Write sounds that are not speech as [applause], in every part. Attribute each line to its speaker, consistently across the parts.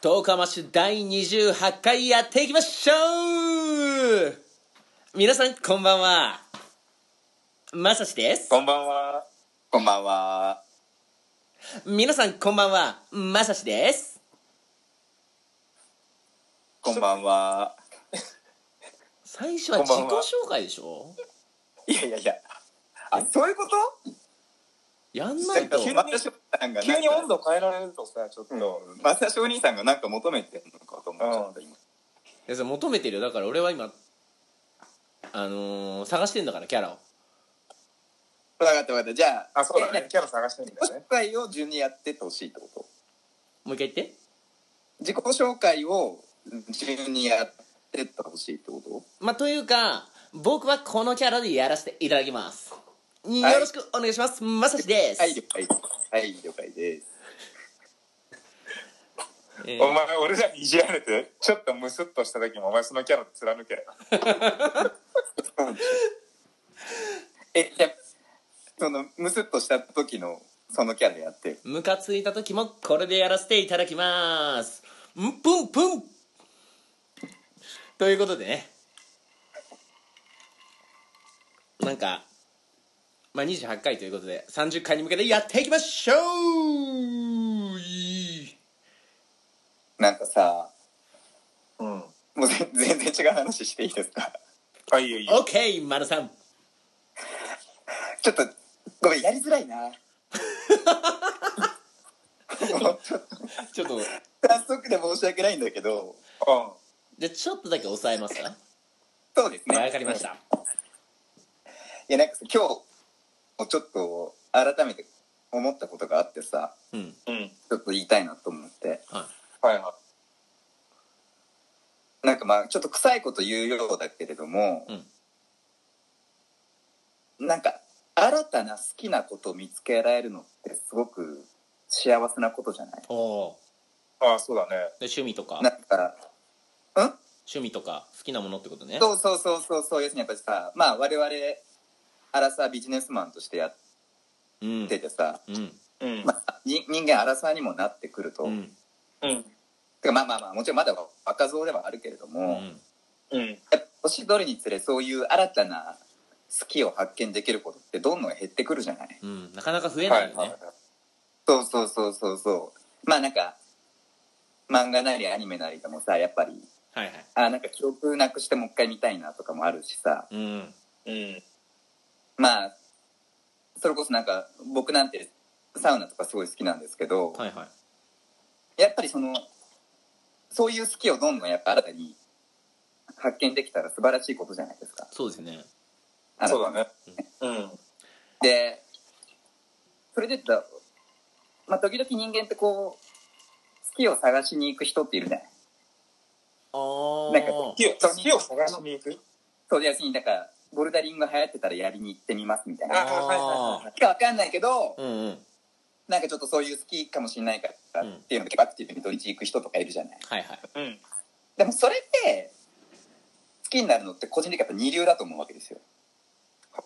Speaker 1: 十日マッシュ第28回やっていきましょう皆さんこんばんはまさしです
Speaker 2: こんばんは。こんばんは。
Speaker 1: 皆さんこんばんはまさしです
Speaker 2: こんばんは。
Speaker 1: 最初は
Speaker 2: こん
Speaker 1: 自
Speaker 2: ば
Speaker 1: 己
Speaker 2: んは
Speaker 1: 紹介でしょ
Speaker 2: いやいやいや。あ、そういうこと
Speaker 1: やんないと
Speaker 2: 急に
Speaker 3: 急に温
Speaker 2: 度。
Speaker 3: 度変えられるとさちょっと、
Speaker 2: まさしお兄さんがなんか求めてるのかと思っちゃった、今。
Speaker 1: いやそれ求めてるよだから俺は今あのー、探してんだからキャラを
Speaker 2: わかったわかった。じゃあ、
Speaker 3: あそうだねキャラ探してみ
Speaker 2: 自己
Speaker 3: たね
Speaker 2: 紹介を順にやってってほしいってこと
Speaker 1: もう一回言って
Speaker 2: 自己紹介を順にやってってほしいってこと
Speaker 1: まあというか僕はこのキャラでやらせていただきますよろしくお願いします、まさしです、
Speaker 2: はい、了解。はい、了解です。
Speaker 1: えー
Speaker 3: お前俺らにいじられてちょっとムスッとした時もお前そのキャラ貫け
Speaker 2: え、じゃあその、ムスッとした時の、そのキャラやって。
Speaker 1: ムカついた時もこれでやらせていただきますんぷんぷんということでねなんか、まあ、28回ということで30回に向けてやっていきましょう
Speaker 2: なんかさ、
Speaker 3: うん
Speaker 2: もうぜ全然違う話していいですか
Speaker 3: あいいよいいよ
Speaker 1: OK 丸さん
Speaker 2: ちょっとごめんやりづらいなもうちょっと
Speaker 1: ちょっと
Speaker 2: 早速で申し訳ないんだけど
Speaker 1: じゃあちょっとだけ抑えますか
Speaker 2: そうですね
Speaker 1: わかりました
Speaker 2: いやなんかさ今日もちょっと改めて思ったことがあってさ
Speaker 1: うん
Speaker 3: うんうん
Speaker 2: ちょっと言いたいなと思って
Speaker 1: は
Speaker 3: はいは
Speaker 2: なんかまあちょっと臭いこと言うようだけれども、なんか新たな好きなことを見つけられるのってすごく幸せなことじゃない
Speaker 1: おお
Speaker 3: いあそうだ
Speaker 1: ー
Speaker 3: ね
Speaker 1: で趣味とか
Speaker 2: なんかうん
Speaker 1: 趣味とか好きなものってことね
Speaker 2: そうそうそうそうそう要するにやっぱりさまあ我々アラサービジネスマンとしてやっ
Speaker 1: うん
Speaker 2: ててさ、
Speaker 1: うん
Speaker 3: うん
Speaker 2: まあ、に人間アラサーにもなってくると、
Speaker 1: うん
Speaker 3: うん
Speaker 2: てかまあまあまあもちろんまだ若造ではあるけれども、
Speaker 1: う
Speaker 2: やっ
Speaker 1: ん
Speaker 3: うん
Speaker 2: ぱ年取るにつれそういう新たな好きを発見できることってどんどん減ってくるじゃない
Speaker 1: うんなかなか増えないよね、
Speaker 3: はいはい
Speaker 2: そうそうそうそうそうまあなんか漫画なりアニメなりでもさやっぱり
Speaker 1: はいはい。
Speaker 2: あなんか記憶なくしてもう一回見たいなとかもあるしさ
Speaker 1: うん。
Speaker 3: うん
Speaker 2: まあそれこそなんか僕なんてサウナとかすごい好きなんですけど、
Speaker 1: はいはい。
Speaker 2: やっぱりそのそういう好きをどんどんやっぱ新たに発見できたら素晴らしいことじゃないですか。
Speaker 1: そうですね。
Speaker 2: あの
Speaker 3: そうだねうん
Speaker 2: でそれで言ったら、まあ、時々人間ってこう好きを探しに行く人っているじゃない。
Speaker 1: あ
Speaker 2: なんか
Speaker 1: あ
Speaker 2: こ
Speaker 3: 好。きを好きを探しに行く
Speaker 2: そうで要するにだからボルダリング流行ってたらやりに行ってみますみたい
Speaker 3: あ
Speaker 2: な。
Speaker 3: はいはい
Speaker 2: かわかんないけど、
Speaker 1: うんうん。
Speaker 2: なんかちょっとそういう好きかもしれないからっていうので結構アクティブに土日行く人とかいるじゃない。
Speaker 1: はいはい。
Speaker 3: うん
Speaker 2: でもそれって好きになるのって個人的にやっぱ二流だと思うわけですよ。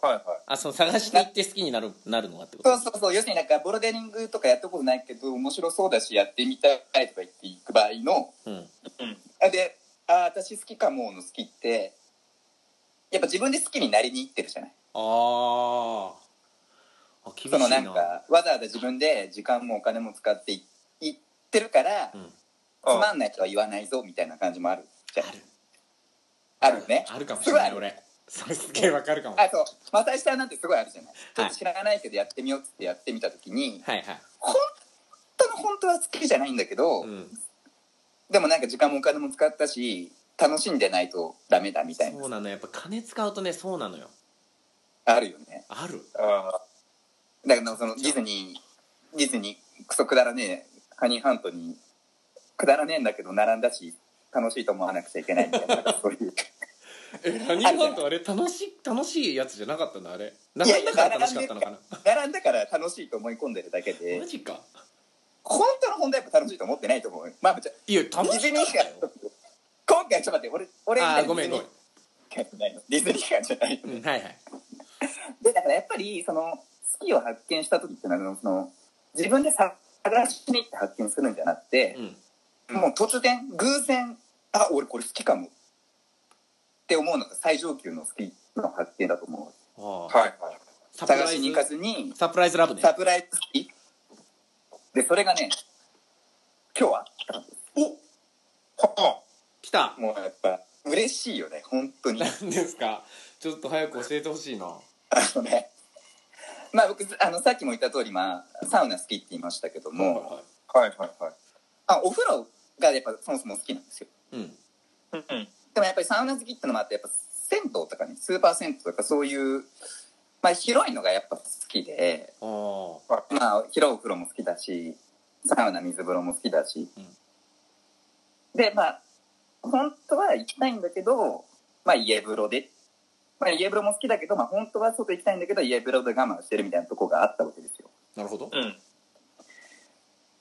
Speaker 3: はいはい
Speaker 1: あ、その探しに行って好きになる、なるのがってこ
Speaker 2: そう
Speaker 1: と
Speaker 2: そうそう要するになんかボルダリングとかやったことないけど面白そうだしやってみたいとか言っていく場合の
Speaker 1: うん。
Speaker 3: うん
Speaker 2: あで「あ私好きかも」の好きってやっぱ自分で好きになりにいってるじゃない
Speaker 1: ああ。あ、厳しい
Speaker 2: そ
Speaker 1: な。
Speaker 2: のなんかわざわざ自分で時間もお金も使っていいってるから、
Speaker 1: うん。
Speaker 2: つまんないとは言わないぞみたいな感じもあるじゃん
Speaker 1: ある。
Speaker 2: あるね
Speaker 1: あるかもしれな
Speaker 2: す
Speaker 1: い、
Speaker 2: ごい
Speaker 1: 俺。それすげえわかるかも。はい
Speaker 2: あそう私さんなんてすごいあるじゃないちょっと知らないけどやってみようっつってやってみた時に、
Speaker 1: はい。
Speaker 2: 本当の本当は好きじゃないんだけど、
Speaker 1: うん。
Speaker 2: でもなんか時間もお金も使ったし楽しんでないとダメだみたい
Speaker 1: そ
Speaker 2: な
Speaker 1: うなのよやっぱ金使うとね、そうなのよ。
Speaker 2: あるよね
Speaker 1: あ [laughs] る。
Speaker 3: あ
Speaker 2: だからそのディズニーディズニークソくだらねえハニーハントにくだらねえんだけど並んだし楽しいと思わなくちゃいけないみたいななんかそういう [laughs]
Speaker 1: え、ハニーハントあれ楽しい、楽しいやつじゃなかったんだ、あれ。ない
Speaker 2: やい
Speaker 1: か
Speaker 2: や
Speaker 1: ったから楽しかったのかな。
Speaker 2: 並んだから楽しいと思い込んでるだけで
Speaker 1: マジか。
Speaker 2: 本当の本題はやっぱ楽しいと思ってないと思うよまあじゃあ
Speaker 1: いや、楽
Speaker 2: ディズ
Speaker 1: しか
Speaker 2: ニ
Speaker 1: っ
Speaker 2: ー
Speaker 1: たよ。
Speaker 2: 今回ちょっと待って俺俺
Speaker 1: ああ、ごめんごめん。
Speaker 2: ディズニー感じゃないのディズニー感じゃないの
Speaker 1: うん、はいはい。
Speaker 2: でだからやっぱりその好きを発見した時っていうのはその自分で探しに行って発見するんじゃなくて、
Speaker 1: うん。
Speaker 2: もう突然偶然あ俺これ好きかもって思うのが最上級の好きの発見だと思
Speaker 1: あ
Speaker 2: う
Speaker 1: あ
Speaker 3: はいはい。
Speaker 1: サプ
Speaker 2: 探
Speaker 1: ラ
Speaker 2: し
Speaker 1: イ
Speaker 2: に行か
Speaker 1: ズ
Speaker 2: ずに
Speaker 1: サプライズラブね
Speaker 2: サプライズ好きでそれがね今日は
Speaker 1: お
Speaker 3: ほ
Speaker 1: 来た
Speaker 2: もうやっぱ嬉しいよね本当に
Speaker 1: 何ですかちょっと早く教えてほしいな
Speaker 2: あ
Speaker 1: [laughs]
Speaker 2: のねまあ僕あのさっきも言った通りまあサウナ好きって言いましたけども、
Speaker 3: んはいはいは
Speaker 2: あお風呂がやっぱそもそも好きなんですよ
Speaker 1: うん
Speaker 3: い。うん。
Speaker 2: でもやっぱりサウナ好きってのもあってやっぱ銭湯とかねスーパー銭湯とかそういう、まあ、広いのがやっぱ好きで、
Speaker 1: ああ
Speaker 2: まあ、広いお風呂も好きだしサウナ水風呂も好きだし、
Speaker 1: うん
Speaker 2: でまあ本当は行きたいんだけど、まあ、家風呂で、まあ、家風呂も好きだけど、まあ、本当は外行きたいんだけど家風呂で我慢してるみたいなとこがあったわけですよ
Speaker 1: なるほど
Speaker 3: うん。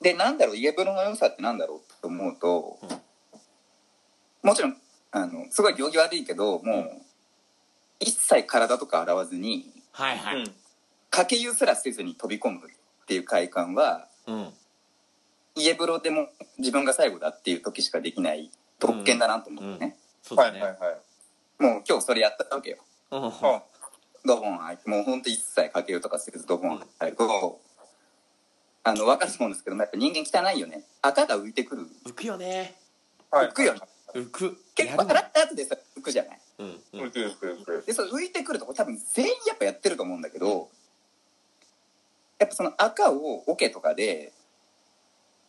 Speaker 2: でなんだろう家風呂の良さってなんだろうと思うと、
Speaker 1: うん
Speaker 2: もちろんあのすごい行儀悪いけどもう、
Speaker 1: うん
Speaker 2: 一切体とか洗わずに
Speaker 1: はいは
Speaker 3: う
Speaker 1: い
Speaker 3: ん。
Speaker 2: 掛け湯すらせずに飛び込むっていう快感は
Speaker 1: うん
Speaker 2: 家風呂でも自分が最後だっていう時しかできない特権だなと思ってね、
Speaker 1: そう
Speaker 3: は
Speaker 1: だ
Speaker 3: いはいは
Speaker 1: ね
Speaker 3: い。
Speaker 2: もう今日それやったわけよ
Speaker 1: うん
Speaker 3: ほ
Speaker 2: ドボン入ってもうほんと一切掛け湯とかせずドボン入ると、あの分かると思うんですけどもやっぱ人間汚いよね赤が浮いてくる
Speaker 1: 浮くよね
Speaker 3: うはい。
Speaker 2: 浮くよね
Speaker 1: 浮く
Speaker 2: 結
Speaker 1: やる
Speaker 2: 構
Speaker 1: もん
Speaker 2: 洗った後でさ浮くじゃない
Speaker 1: うんう
Speaker 3: うんん。うんうん
Speaker 2: でそれ浮いてくるとこ多分全員やっぱやってると思うんだけどやっぱその赤をオケとかで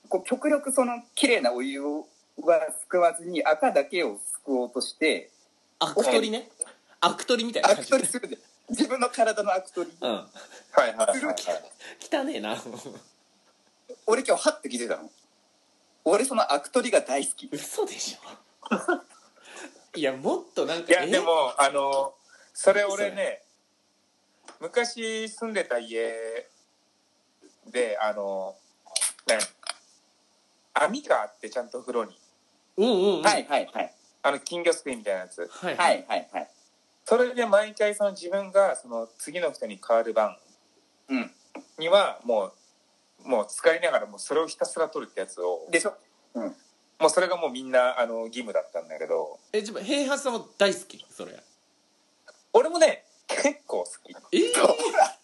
Speaker 2: こう極力その綺麗なお湯をはすくわずに赤だけをすくおうとして
Speaker 1: アク取りねアク取りみたいな
Speaker 2: ア
Speaker 1: 感
Speaker 2: ク
Speaker 1: じ
Speaker 2: 取りするで自分の体のアク取り
Speaker 1: うん汚
Speaker 3: はいはいはいはい。
Speaker 1: ねえな
Speaker 2: 俺今日ハッて気づいたの俺そのアク取りが大好き
Speaker 1: 嘘でし [laughs] ょいやもっとなんか
Speaker 3: いや
Speaker 1: え
Speaker 3: でもあのそれ
Speaker 1: それ
Speaker 3: 俺ね昔住んでた家であのね網があってちゃんと風呂に
Speaker 1: うんうんうん
Speaker 2: はいはいはい
Speaker 3: あの金魚すくいみたいなやつ
Speaker 1: はい
Speaker 2: はいはいはい
Speaker 3: それで毎回その自分がその次の人に変わる番
Speaker 2: うん
Speaker 3: にはもうもう使いながらもうそれをひたすら取るってやつを
Speaker 2: でしょ
Speaker 3: もうそれがもうみんなあの義務だったんだけど
Speaker 1: えじゃあ平八さんも大好きそれ
Speaker 3: 俺もね結構好き
Speaker 1: えー
Speaker 2: そうほら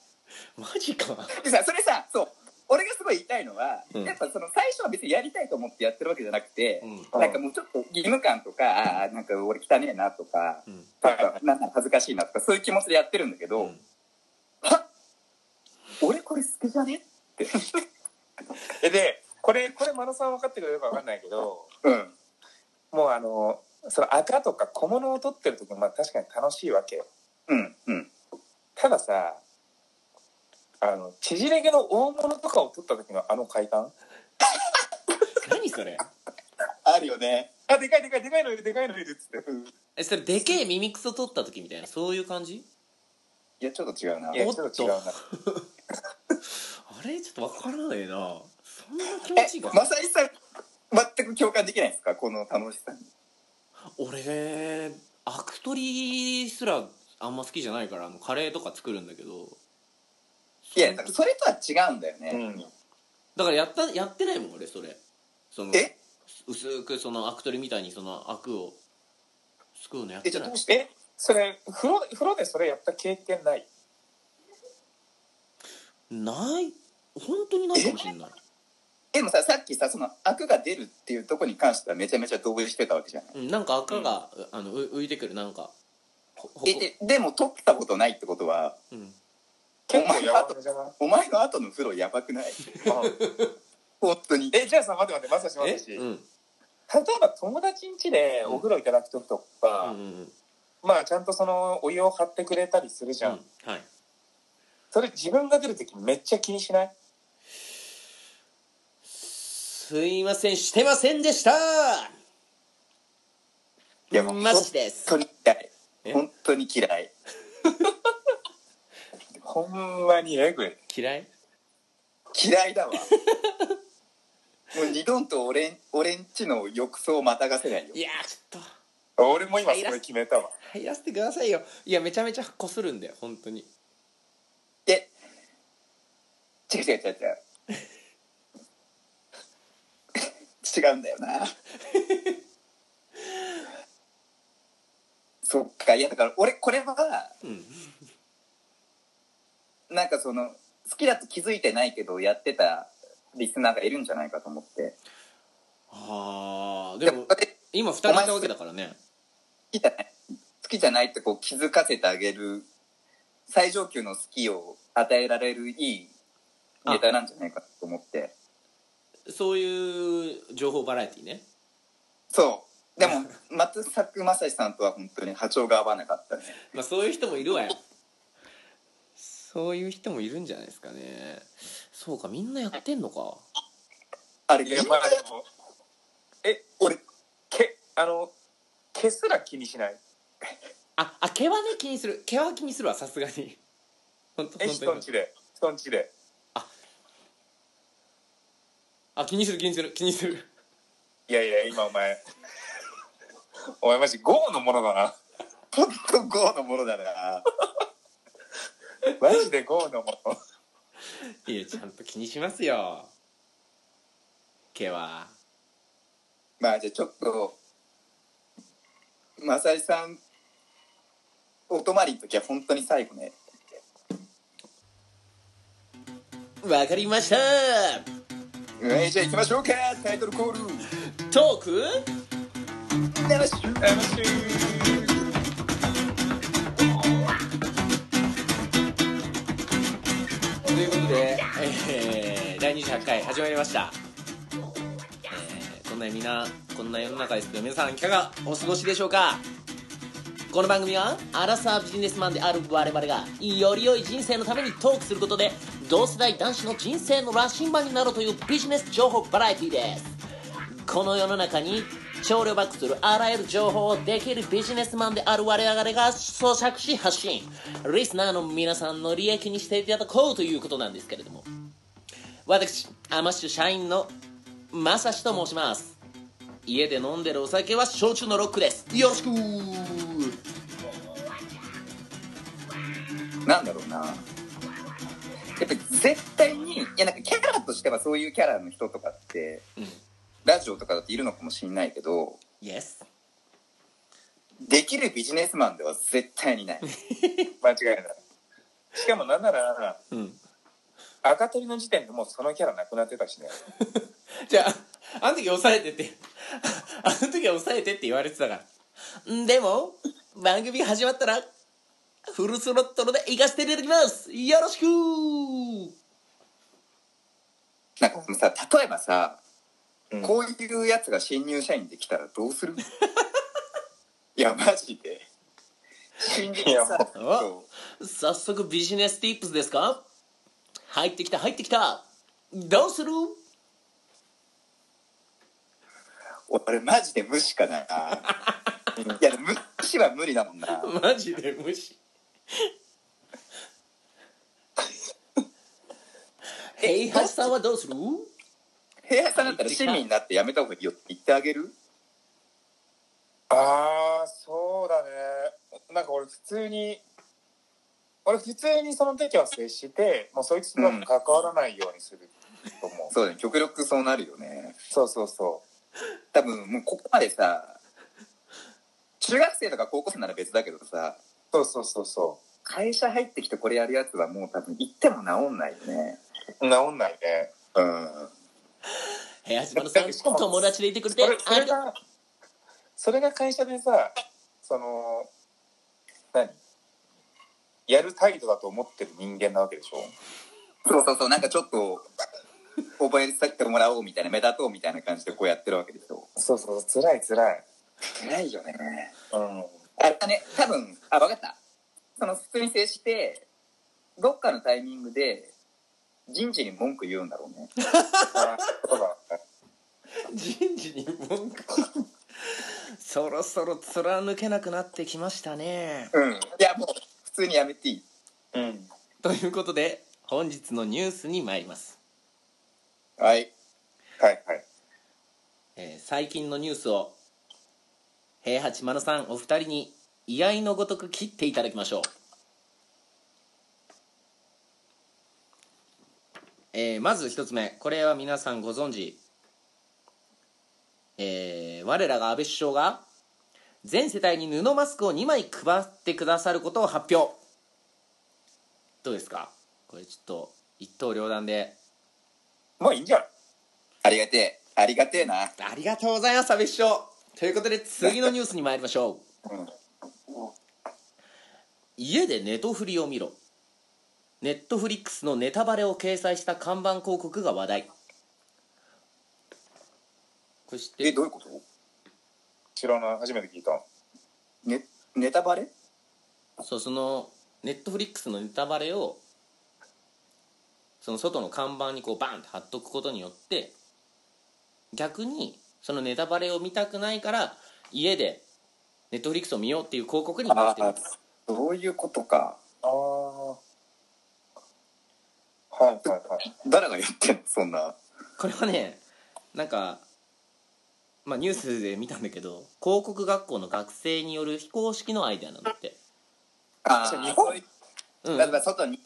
Speaker 1: マジか
Speaker 2: でさそれさそう俺がすごい言いたいのは、
Speaker 1: うん
Speaker 2: やっぱその最初は別にやりたいと思ってやってるわけじゃなくて、
Speaker 1: うん
Speaker 2: なんかもうちょっと義務感とか、あーなんか俺汚ねえなとか、
Speaker 1: うん
Speaker 2: なんかなんか恥ずかしいなとか、そういう気持ちでやってるんだけど、
Speaker 1: うん
Speaker 2: はっ俺これ好きじゃねって。
Speaker 3: えでこれこれ真野さん分かってくれるか分かんないけど
Speaker 2: うん。
Speaker 3: もうあのその赤とか小物を取ってる時もまあ確かに楽しいわけよ
Speaker 2: うん。うん。
Speaker 3: たださあの縮れ毛の大物とかを取った時のあの快感
Speaker 1: 何それ
Speaker 2: あるよね。
Speaker 3: あでかいでかいでかいのいるでかいのいるっつって。
Speaker 2: うん
Speaker 1: えそれでけえ耳くそ取った時みたいなそういう感じ
Speaker 2: いや、ちょっと違うない
Speaker 3: や
Speaker 1: おっ
Speaker 3: ち
Speaker 1: と
Speaker 3: ょっと違うな
Speaker 1: あれちょっとわからないなそんな気持
Speaker 2: え
Speaker 1: ちが、
Speaker 2: まさにさん、全く共感できないですかこの楽しさに。
Speaker 1: 俺ねアク取りすらあんま好きじゃないからあのカレーとか作るんだけど
Speaker 2: いや、だからそれとは違うんだよ
Speaker 3: う
Speaker 2: ね。
Speaker 3: ん
Speaker 1: だからやったやってないもん俺それその
Speaker 2: え
Speaker 1: 薄くそのアク取りみたいにそのアクをすくうのやっ
Speaker 2: え、
Speaker 1: て
Speaker 2: じゃ
Speaker 1: な
Speaker 2: あ
Speaker 1: い
Speaker 2: どうして
Speaker 3: えそれ風呂風呂でそれやった経験ない
Speaker 1: ない本当にないかもしれない
Speaker 2: でもさ、さっきさ、その、アクが出るっていうとこに関してはめちゃめちゃ同意してたわけじゃな
Speaker 1: う
Speaker 2: い
Speaker 1: んなんか赤が、あのう浮いてくるなんかほほこ
Speaker 2: えででも取ったことないってことは
Speaker 1: うん、
Speaker 3: 結構やばめじゃない
Speaker 2: お前の後の風呂やばくない
Speaker 3: うん
Speaker 2: 本当に
Speaker 3: えじゃあさ待って待ってまさしまさ
Speaker 1: え
Speaker 3: し、
Speaker 1: うん
Speaker 3: 例えば友達ん家でお風呂いただく時と
Speaker 1: う
Speaker 3: か
Speaker 1: ん、うんうん
Speaker 3: まあちゃんとそのお湯を張ってくれたりするじゃん、
Speaker 1: はい
Speaker 3: それ自分が出る時めっちゃ気にしない
Speaker 1: すいませんしてませんでした
Speaker 2: いやもう
Speaker 1: マジです
Speaker 2: 本当に嫌い
Speaker 1: え
Speaker 2: 本当に嫌い
Speaker 3: ほんまにえぐい
Speaker 1: 嫌い
Speaker 2: 嫌いだわもう二度と俺ん俺んちの浴槽をまたがせないよ
Speaker 1: いやーちょっと
Speaker 3: 俺も今それ決めたわ
Speaker 1: 入らせてくださいよいやめちゃめちゃこするんだよ本当に
Speaker 2: で違う違う違う違う違うんだよなそっかいやだから俺これは
Speaker 1: うん
Speaker 2: なんかその好きだと気づいてないけどやってたリスナーがいるんじゃないかと思って
Speaker 1: ああ
Speaker 2: で
Speaker 1: で
Speaker 2: も
Speaker 1: も
Speaker 2: これ
Speaker 1: 今2人いたわけだからね
Speaker 2: 好きじゃない好きじゃないってこう気づかせてあげる最上級の好きを与えられるいいネタなんじゃないかと思って
Speaker 1: そういう情報バラエティね
Speaker 2: そうで
Speaker 3: [laughs]
Speaker 2: も松作正史さんとは本当に波長が合わなかったね
Speaker 1: まあそういう人もいるわよそういう人もいるんじゃないですかねそうかみんなやってんのか
Speaker 2: あれ
Speaker 3: いやまあでもえ
Speaker 2: 俺
Speaker 3: けあの毛すら気にしない
Speaker 1: ああ毛はね気にする毛は気にするわさすがに本当
Speaker 3: え
Speaker 1: 本
Speaker 3: 人
Speaker 1: 当
Speaker 3: ん
Speaker 1: に
Speaker 3: ちで人んちで
Speaker 1: あ気にする気にする気にする
Speaker 3: いやいや今お前 [laughs] お前マジ豪のものだな
Speaker 2: 本当豪のものだな
Speaker 3: マジで豪のもの
Speaker 1: いやちゃんと気にしますよ毛は
Speaker 2: まあじゃあちょっと正史さんお泊まりの時は本当に最後ね
Speaker 1: わかりました
Speaker 2: えーじゃあ行きましょうかタイトルコール
Speaker 3: [laughs]
Speaker 1: トーク
Speaker 2: よし
Speaker 3: 楽しい
Speaker 1: ということで、えー、第28回始まりました、えー、こんなみんなこんな世の中ですけど皆さんいかがお過ごしでしょうかこの番組はアラサービジネスマンである我々がより良い人生のためにトークすることで同世代男子の人生の羅針盤になろうというビジネス情報バラエティですこの世の中に潮流バックするあらゆる情報をできるビジネスマンである我々が咀嚼し発信リスナーの皆さんの利益にしていただこうということなんですけれども私アマッシュ社員のまさしと申します家で飲んでるお酒は焼酎のロックですよろしく
Speaker 2: なんだろうなやっぱ絶対にいやなんかキャラとしてはそういうキャラの人とかって、
Speaker 1: うん
Speaker 2: ラジオとかだっているのかもしれないけど
Speaker 1: イエス
Speaker 2: できるビジネスマンでは絶対にない
Speaker 3: 間違いないしかもなんならなんなら
Speaker 1: うん
Speaker 3: 赤鳥の時点でもうそのキャラなくなってたしね
Speaker 1: [laughs] じゃあ、あの時抑えてって、 [laughs] あの時は抑えてって言われてたから。んでも、番組始まったら、フルスロットルで行かせていただきますよろしく
Speaker 2: なんかそのさ例えばさ、
Speaker 3: うん
Speaker 2: こういうやつが新入社員できたらどうす
Speaker 3: [laughs]
Speaker 2: るいやマジで新入社員
Speaker 3: いやもう
Speaker 2: そう
Speaker 1: 早速ビジネスティップスですか入ってきた入ってきたどうする
Speaker 2: 俺マジで無視か
Speaker 3: [laughs]
Speaker 2: ないや無視は無理だもんな
Speaker 1: マジで無
Speaker 3: [laughs]
Speaker 1: 視。ヘイハシさんはどうする
Speaker 2: 平井さんだったら市民になってやめた方がいいよって言ってあげる
Speaker 3: ああそうだねなんか俺普通に俺普通にその時は接してもうそいつとは関わらないようにすると思う、
Speaker 2: そうだね極力そうなるよね
Speaker 3: そうそうそ
Speaker 2: 多分もうここまでさ中学生とか高校生なら別だけどさ
Speaker 3: うそうそうそうそ
Speaker 2: 会社入ってきてこれやるやつはもう多分行っても治んないよね
Speaker 3: う治んないね
Speaker 2: うん
Speaker 1: ヘイハシマルさん友達でいてくれて
Speaker 3: それそ
Speaker 1: あ
Speaker 3: れ
Speaker 1: りが
Speaker 3: がそれが会社でさその何やる態度だと思ってる人間なわけでしょ
Speaker 2: そうそうそうなんかちょっと覚えさせてもらおうみたいな目立とうみたいな感じでこうやってるわけでしょ
Speaker 3: そうそうつらいつらい
Speaker 2: 辛いよね
Speaker 3: うん
Speaker 2: あれだね多分あ分かったその普通に接してどっかのタイミングで人事に文句言うんだろうね
Speaker 3: あそうだ
Speaker 1: 人事に文句そろそろ貫けなくなってきましたね
Speaker 2: うんいやもう普通にやめていい
Speaker 3: うん
Speaker 1: ということで本日のニュースに参ります、
Speaker 2: はい
Speaker 3: はいはい
Speaker 1: えー最近のニュースを平八丸さんお二人に居合のごとく切っていただきましょうえーまず一つ目これは皆さんご存知えー我らが安倍首相が全世帯に布マスクを2枚配ってくださることを発表どうですかこれちょっと一刀両断で
Speaker 3: まあいいんじゃない
Speaker 2: ありがてえありがてえな
Speaker 1: ありがとうございます安倍首相ということで次のニュースに参りましょう
Speaker 2: うん
Speaker 1: 家でネトフリを見ろネットフリックスのネタバレを掲載した看板広告が話題これ知って
Speaker 2: え
Speaker 1: る
Speaker 2: どういうこと
Speaker 3: 知らない初めて聞いた
Speaker 2: ねネタバレ
Speaker 1: そうそのネットフリックスのネタバレをその外の看板にこうバンって貼っとくことによって逆にそのネタバレを見たくないから家でネットフリックスを見ようっていう広告にな
Speaker 2: あ
Speaker 1: ってる
Speaker 2: あそういうことか
Speaker 3: ああはいはいはい
Speaker 2: 誰がやってんのそんな
Speaker 1: これはねなんか、まあ、ニュースで見たんだけど広告学校の学生による非公式のアイデアなんだって、
Speaker 2: あ
Speaker 3: そう
Speaker 2: 日
Speaker 3: 日
Speaker 2: 本
Speaker 3: 本
Speaker 1: うん、
Speaker 2: 例えば外に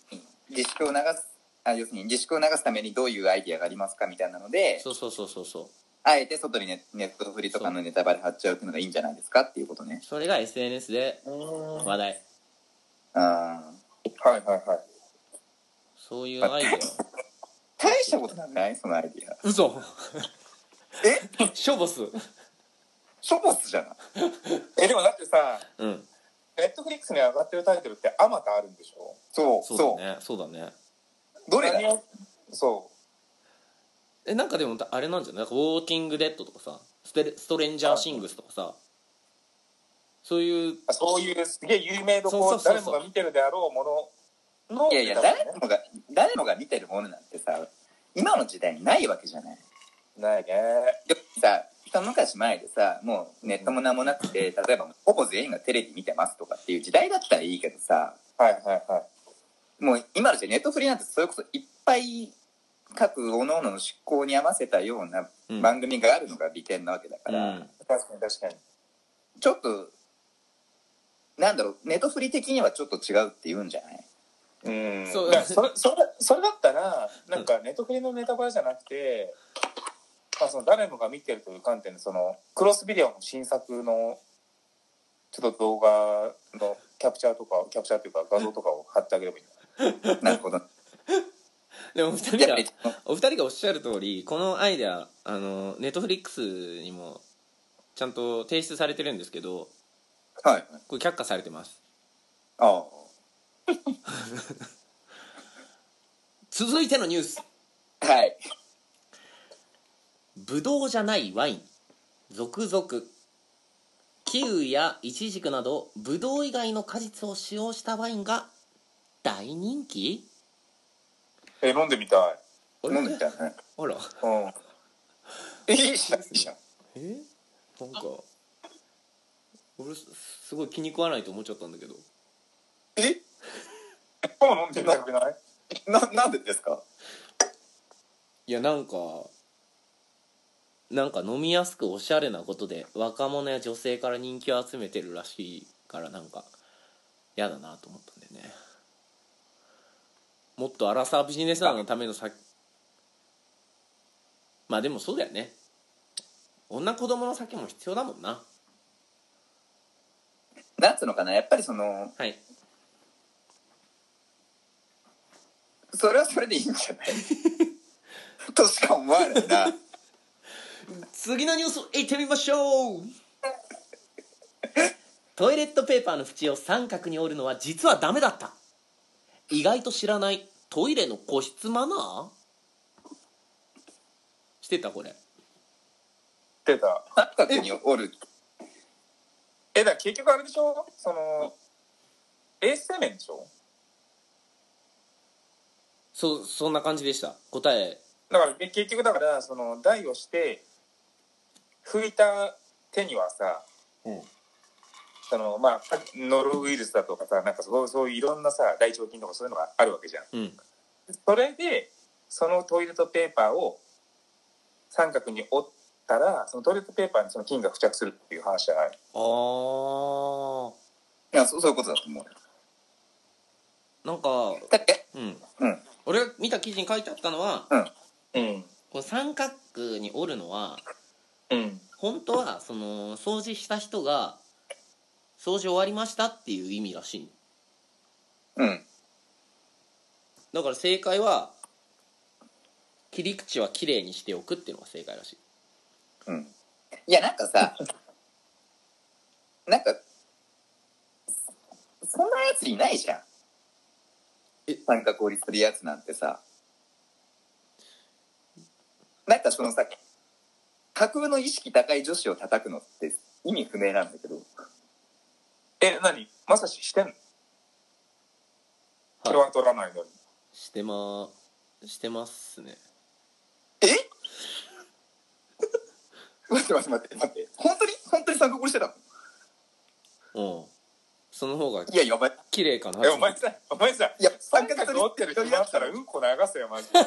Speaker 2: 自粛を流すあ要するに自粛を流すためにどういうアイディアがありますかみたいなので
Speaker 1: そうそうそうそうそう
Speaker 2: あえて外にネネットフリとかのネタバレ貼っちゃうっていうのがいいんじゃないですかっていうことね
Speaker 1: それが SNS で
Speaker 3: うーんはい
Speaker 1: 話題
Speaker 2: あー
Speaker 3: はいはい
Speaker 1: そういうアイデア
Speaker 2: 大したことなくないそのアイディア
Speaker 1: 嘘
Speaker 2: え
Speaker 1: ショボス
Speaker 2: ショボスじゃない
Speaker 3: えでもだってさ
Speaker 1: うん
Speaker 3: ネットフリックスに上がってるタイトルってあまたあるんでしょ
Speaker 2: そうそ
Speaker 1: そううだねそうだね
Speaker 2: どれだ
Speaker 3: 何をそ
Speaker 1: えなんかでもあれなんじゃないなんかウォーキングデッドとかさステレストレンジャーシングスとかさそういう
Speaker 3: うあそういうすげえ有名どこ
Speaker 1: そうそうそう
Speaker 3: 誰もが見てるであろうものの
Speaker 2: いやいや
Speaker 3: ネタバ
Speaker 2: 誰
Speaker 3: レね
Speaker 2: もが誰もが見てるものなんてさ今の時代にないわけじゃない
Speaker 3: ないね
Speaker 2: よくさ一昔前でさもうネットも何もなくて例えばほぼ全員がテレビ見てますとかっていう時代だったらいいけどさ
Speaker 3: はいはいはい
Speaker 2: もう今の時代ネットフリなんてそれこそいっぱい各各々のの執行に合わせたような
Speaker 1: うん
Speaker 2: 番組があるのが利点なわけだか
Speaker 1: う
Speaker 2: ら、
Speaker 1: ん
Speaker 3: 確かに確かに
Speaker 2: ちょっとなんだろうネットフリ的にはちょっと違うって言うんじゃない
Speaker 1: [laughs]
Speaker 3: うん
Speaker 1: そう
Speaker 3: だからそれそれそれだったらなんかネットフリのネタバレじゃなくて、まあ、その誰もが見てるという観点でそのクロスビデオの新作のちょっと動画のキャプチャーとかキャプチャーというか画像とかを貼ってあげればいいんだ
Speaker 2: なるほど
Speaker 1: でもお二人
Speaker 2: や
Speaker 1: が
Speaker 2: っぱり
Speaker 1: お二人がおっしゃる通りこのアイデアあのネットフリックスにもちゃんと提出されてるんですけど
Speaker 2: はい
Speaker 1: これ却下されてます
Speaker 2: ああ
Speaker 1: 続いてのニュース
Speaker 2: はい [laughs]
Speaker 1: ブドウじゃないワイン続々キウイやイチジクなどブドウ以外の果実を使用したワインが大人気
Speaker 3: え飲んでみたい
Speaker 1: あ
Speaker 2: 飲んで
Speaker 1: れ
Speaker 2: みたいなね
Speaker 1: あら
Speaker 3: うん
Speaker 2: いいじゃんいいじゃん
Speaker 1: えなんか俺すすごい気に食わないと思っちゃったんだけど
Speaker 2: え
Speaker 3: もう飲んでみたくない
Speaker 2: ななんでですか
Speaker 1: いやなんかなんか飲みやすくおしゃれなことで若者や女性から人気を集めてるらしいからなんか嫌だなと思ったんでねもっとアラサービジネスマンのためのさまあでもそうだよね女子供の酒も必要だもんな
Speaker 2: なんつうのかなやっぱりその
Speaker 1: はい
Speaker 2: それはそれでいいんじゃない [laughs] としか思わないな
Speaker 1: 次のニュースいってみましょうトイレットペーパーの縁を三角に折るのは実はダメだった意外と知らないトイレの個室マナーしてたこれ
Speaker 3: 出た
Speaker 2: 三角におる
Speaker 3: えだから結局あれでしょその衛生面でしょ
Speaker 1: そそんな感じでした答え
Speaker 3: だからけ結局だからその台をして拭いた手にはさ、
Speaker 1: うん
Speaker 3: そのまあノロウイルスだとかさなんかそうそういういろんなさ大腸菌とかそういうのがあるわけじゃん
Speaker 1: うん
Speaker 3: それでそのトイレットペーパーを三角に折ったらそのトイレットペーパーにその菌が付着するっていう話じゃない
Speaker 1: あー
Speaker 2: いやそうそういうことだと思うよ
Speaker 1: なんか、
Speaker 2: だって
Speaker 1: うん、
Speaker 2: うん
Speaker 1: 俺が見た記事に書いてあったのは
Speaker 2: うん
Speaker 3: うん
Speaker 1: こう三角に折るのは
Speaker 3: うん。
Speaker 1: 本当はその掃除した人が掃除終わりましたっていう意味らしいの
Speaker 2: うん。
Speaker 1: だから正解は切り口は綺麗にしておくっていうのが正解らしい
Speaker 2: うん。いや、なんかさ、なんか、そそんなやついないじゃん
Speaker 1: え。
Speaker 2: 参加効率するやつなんてさ。なんかそのさ、架空の意識高い女子を叩くのって意味不明なんだけど。
Speaker 3: え、何まさししてんのこれは取らないのに。
Speaker 1: してましてますね
Speaker 2: え [laughs] 待って待って待って待って。本当に本当に参加効率してたの
Speaker 1: うんその方が
Speaker 2: いや、やばい。
Speaker 1: 綺麗かな
Speaker 3: え、お前さ、お前さ、
Speaker 2: いや、
Speaker 3: 三角折ってる暇あったらうんこ流せよ、マジで。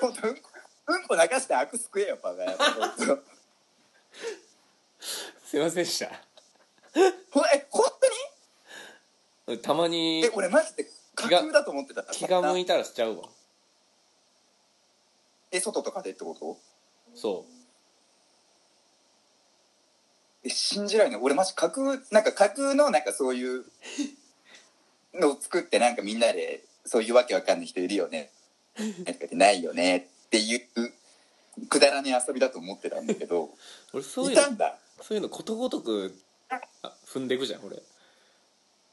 Speaker 2: 本当うんこうんこ流して悪すくえよバカ野郎 [laughs] 本
Speaker 1: すいませんでした
Speaker 2: 当ほえ本
Speaker 1: たま
Speaker 2: 当
Speaker 1: に
Speaker 2: にえ俺マジで架空だと思ってた
Speaker 1: 気が向
Speaker 2: い
Speaker 1: いたらしちゃうわ
Speaker 2: え外とかでってこと
Speaker 1: そ
Speaker 2: え信じられない俺マジ架空なんか架空のなんかそういうのを作ってなんかみんなでそういうわけわかんない人いるよね
Speaker 1: [laughs]
Speaker 2: なんかってないよねっていうくだらねえ遊びだと思ってたんだけど
Speaker 1: う俺そう
Speaker 2: い
Speaker 1: いうの
Speaker 2: たんだ
Speaker 1: そういうのことごとくあ踏んでいくじゃん俺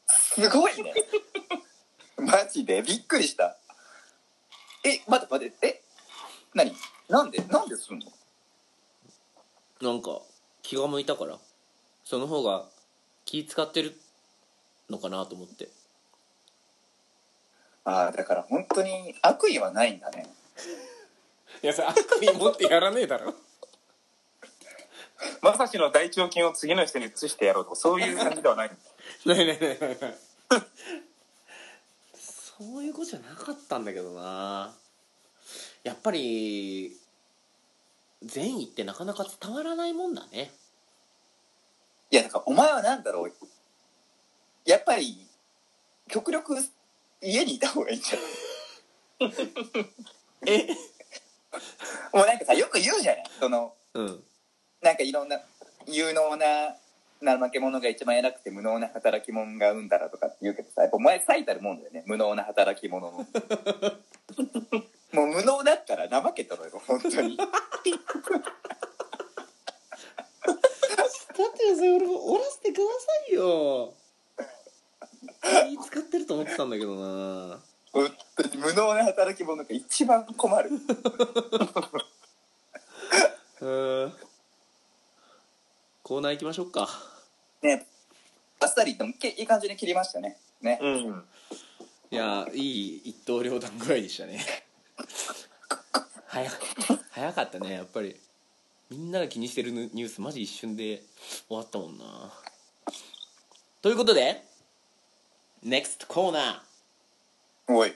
Speaker 2: すごいね [laughs] マジでびっくりしたえ待って待ってえ何なんでなんですんの
Speaker 1: なんか気が向いたからその方が気使ってるのかなと思って
Speaker 2: ああだから本当に悪意はないんだね
Speaker 1: いやさ悪意持ってやらねえだろ
Speaker 3: まさしの大腸筋を次の人に移してやろうとか、そういう感じではない。
Speaker 1: [laughs] ないないないないないそういうことじゃなかったんだけどなやっぱり善意ってなかなか伝わらないもんだね
Speaker 2: いやだからお前は何だろうやっぱり極力家にいた方がいいんじゃない
Speaker 1: え
Speaker 2: もうなんかさよく言うじゃないその
Speaker 1: うん
Speaker 2: なんかいろんな有能な怠け者が一番偉くて無能な働き者が産んだらとかって言うけどさやっぱお前最たるもんだよね無能な働き者の [laughs] もう無能だったら怠けたろよ本当に
Speaker 1: だってそれ俺も折らせてくださいよ気使ってると思ってたんだけどな
Speaker 2: 本当に無能な働き者が一番困る
Speaker 1: うんコーナー行きましょうか
Speaker 2: ねあっさりともけいい感じに切りましたねね、
Speaker 3: うん。
Speaker 1: いやいい一刀両断ぐらいでしたね早早かったねやっぱりみんなが気にしてるニュースマジ一瞬で終わったもんなということで NEXT コーナ
Speaker 2: おい
Speaker 1: ー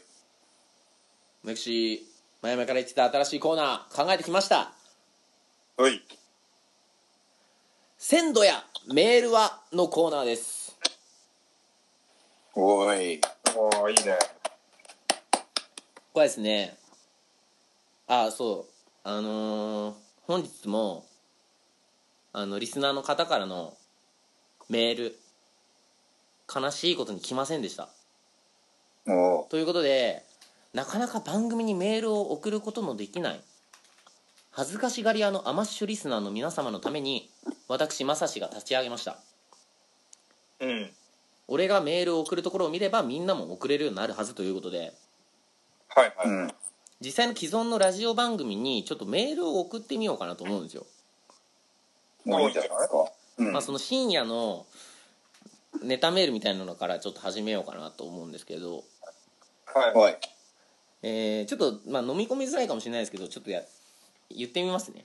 Speaker 1: メクシー前々から言ってた新しいコーナー考えてきました
Speaker 2: おい
Speaker 1: 鮮度やメールはのコーナーです
Speaker 2: おい
Speaker 3: おー、いいね。
Speaker 1: これですねあそうあのー本日もあのリスナーの方からのメール悲しいことに来ませんでした
Speaker 2: おう
Speaker 1: ということでなかなか番組にメールを送ることのできない恥ずかしがり屋のアマッシュリスナーの皆様のために私まさしが立ち上げました
Speaker 3: うん。
Speaker 1: 俺がメールを送るところを見ればみんなも送れるようになるはずということで
Speaker 3: はいは
Speaker 2: う
Speaker 3: い。
Speaker 2: ん
Speaker 1: 実際の既存のラジオ番組にちょっとメールを送ってみようかなと思うんですよ、
Speaker 2: もういいんじゃないですかうん
Speaker 1: まあ、その深夜のネタメールみたいなのからちょっと始めようかなと思うんですけど、
Speaker 3: はい。
Speaker 2: おい
Speaker 1: えーちょっと、まあ、飲み込みづらいかもしれないですけどちょっとや言ってみますね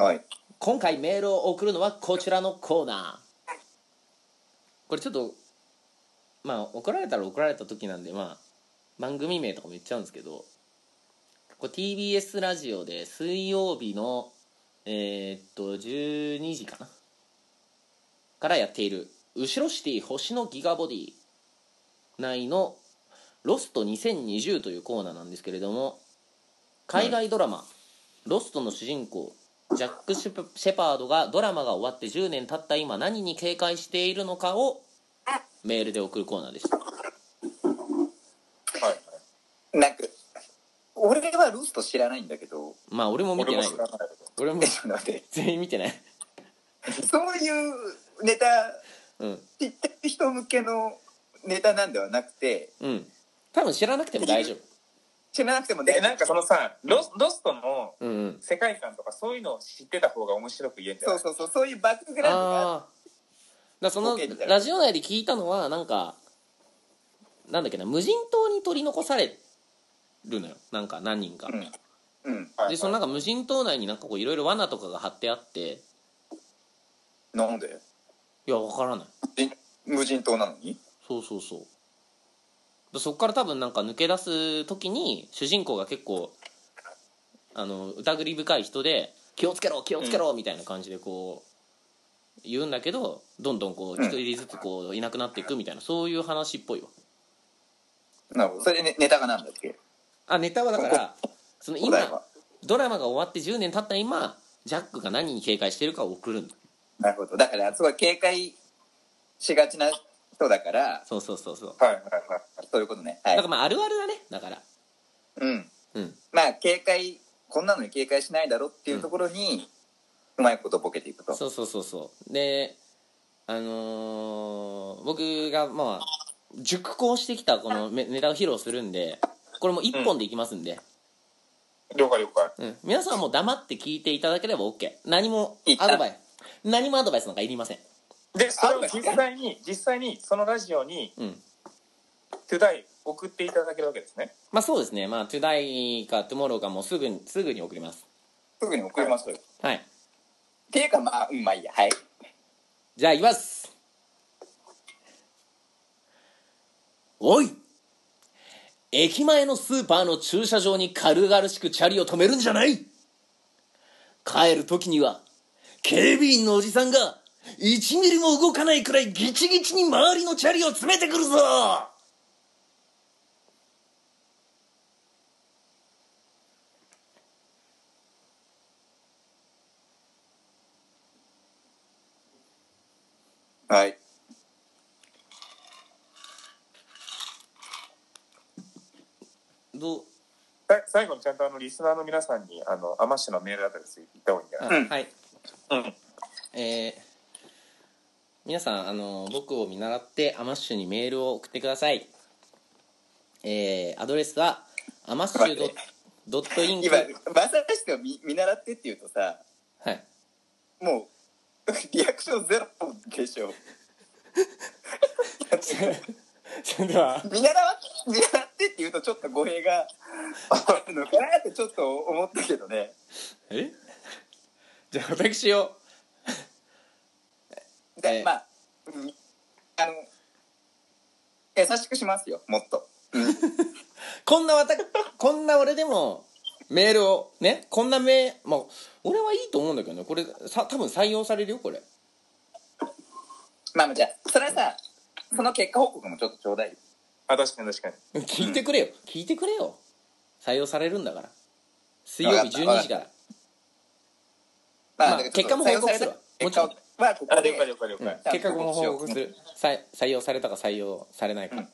Speaker 2: おい
Speaker 1: 今回メールを送るのはこちらのコーナーこれちょっとまあ怒られたら怒られた時なんでまあ番組名とかも言っちゃうんですけどこれ TBS ラジオで水曜日のえーっと12時かなからやっている「後ろシティ星のギガボディ」内の「ロスト2020」というコーナーなんですけれども海外ドラマ「ロスト」の主人公ジャック・シェパシェパードがドラマが終わって10年経った今何に警戒しているのかをメールで送るコーナーでした
Speaker 3: はい。
Speaker 2: なんか、俺はロスト知らないんだけど、
Speaker 1: まあ俺も見て
Speaker 3: 俺も
Speaker 1: ない
Speaker 3: 知らないけど。
Speaker 1: 俺も [laughs]
Speaker 2: ちょっと待って
Speaker 1: 全員見てない
Speaker 2: そういうネタ、
Speaker 1: うん
Speaker 2: 知ってる人向けのネタなんではなくて、
Speaker 1: うん多分知らなくても大丈
Speaker 2: 知らなくてもね
Speaker 3: で、なんかそのさ、ロスロストの
Speaker 1: 夫うんうん
Speaker 3: 世界観とかそういうのを知ってた方が面白く言えて
Speaker 2: そうそうそう、そういうバックグラウンドがあっ
Speaker 1: ああーだからその
Speaker 2: OK みたいな
Speaker 1: ラジオ内で聞いたのはなんかなんだっけな無人島に取り残されるのよなんか何人か、
Speaker 2: てうん。
Speaker 3: はいはい
Speaker 1: でそのなんか無人島内になんかこういろいろ罠とかが張ってあって
Speaker 2: なんで
Speaker 1: いやわからない
Speaker 2: じ無人島なのに
Speaker 1: そうそうそうでそっから多分なんか抜け出す時に主人公が結構あの疑り深い人で「気をつけろ気をつけろ」みたいな感じでこう言うんだけどどんどんこう
Speaker 2: うん
Speaker 1: 一人ずつこういなくなっていくみたいなそういう話っぽいわ
Speaker 2: なるほど。それでねネタがなんだっけ
Speaker 1: あネタはだから [laughs] その
Speaker 2: お題
Speaker 1: 今
Speaker 2: は。
Speaker 1: ドラマが終わって10年経った今ジャックが何に警戒してるかを送るんだ
Speaker 2: なるほど。だから、すごい警戒しがちな人だから、
Speaker 1: そうそうそうそう
Speaker 3: はいはいはい。
Speaker 2: そういうことね。は
Speaker 1: だ
Speaker 2: い
Speaker 1: から。まああるあるだねだから
Speaker 2: うん。
Speaker 1: うん
Speaker 2: まあ、警戒、こんなのに警戒しないだろっていうところに、うまいことボケていくと。
Speaker 1: そうそうそうそうであのー僕がまあ熟考してきたこのめネタを披露するんでこれも1本でいきますんで、
Speaker 3: 了解了解。
Speaker 1: うん皆さんも黙って聞いていただければ OK 何も
Speaker 2: いい
Speaker 1: アドバイス何もアドバイスなんかいりません
Speaker 3: で、それを実際に、実際にそのラジオに、
Speaker 1: うん
Speaker 3: トゥダイ送っていただけるわけですね。
Speaker 1: まあそうですねまあ Today か Tomorrow かもうすぐにすぐに送ります
Speaker 2: すぐに送りますよ。っ
Speaker 1: はい
Speaker 2: ていうか、まあ、うん、まあいいや。はい。
Speaker 1: じゃあいきますおい駅前のスーパーの駐車場に軽々しくチャリを止めるんじゃない帰る時には警備員のおじさんが1ミリも動かないくらいギチギチに周りのチャリを詰めてくるぞ
Speaker 2: はい。
Speaker 1: どう
Speaker 3: さ最後にちゃんとあの、リスナーの皆さんに、あの、アマッシュのメールアドレス言った方がいいんじゃない
Speaker 2: うん
Speaker 1: はい
Speaker 3: うん。
Speaker 1: えー皆さんあの僕を見習ってアマッシュにメールを送ってくださいえーアドレスはアマッシュドッドットインク
Speaker 2: 今、まさしく見見習ってっていうとさ、
Speaker 1: はい [laughs]
Speaker 2: もう、リアクションゼロでし
Speaker 1: [laughs]
Speaker 2: ょ。
Speaker 1: それでは
Speaker 2: 見習わ、見習ってっていうとちょっと語弊があるのかなってちょっと思ったけどね。
Speaker 1: え [laughs] じゃあ私をえ
Speaker 2: で、
Speaker 1: ー
Speaker 2: まあ、うんあの、優しくしますよ、もっと。
Speaker 1: こんなわたこんな俺でもメールをねこんなメまあ俺はいいと思うんだけどねこれさ多分採用されるよこれ
Speaker 2: まあまあじゃあ、それはさ、その結果報告もちょっとちょうだいよ。
Speaker 3: あ、確かに確かに。
Speaker 1: 聞いてくれよ聞いてくれよ採用されるんだから水曜日12時からまあ
Speaker 2: だからちょっ
Speaker 1: 結
Speaker 2: と
Speaker 1: 果も報告するわ
Speaker 2: 採用された結果はこ
Speaker 3: あ、
Speaker 2: こ
Speaker 3: 了
Speaker 2: で
Speaker 3: 解了解了解。
Speaker 2: うん
Speaker 1: 結果ご報告するさい採用されたか採用されないか、
Speaker 2: うん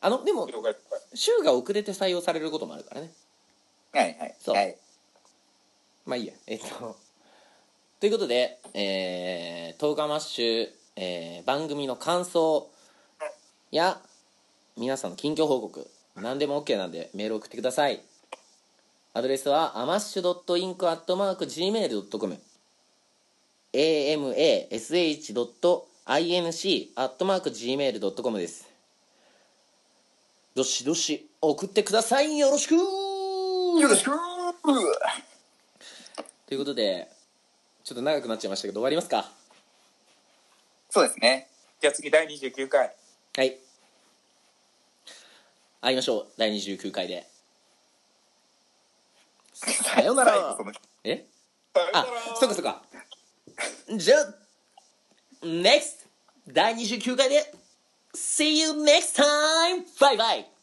Speaker 1: あのでも
Speaker 3: 了解了解。
Speaker 1: 週が遅れて採用されることもあるからね
Speaker 2: はいはい
Speaker 1: そう
Speaker 2: はい
Speaker 1: まあいいやえっとということでえー、10日マッシュ、えー番組の感想や皆さんの近況報告何でも OK なんでメール送ってくださいアドレスはアマッシュドットインクアットマーク Gmail.com amash.inc アットマーク Gmail.com ですどしどし送ってくださいよろしく
Speaker 2: よろしく
Speaker 1: ということでちょっと長くなっちゃいましたけど終わりますか
Speaker 2: そうですね
Speaker 3: じゃあ次、第29回。
Speaker 1: はい会いましょう第29回でさような
Speaker 2: 最後
Speaker 1: ら
Speaker 2: その
Speaker 1: え
Speaker 3: さような
Speaker 1: あ
Speaker 3: ら
Speaker 1: そっかそっかじゃあ NEXT 第29回で See you next time! バイバイ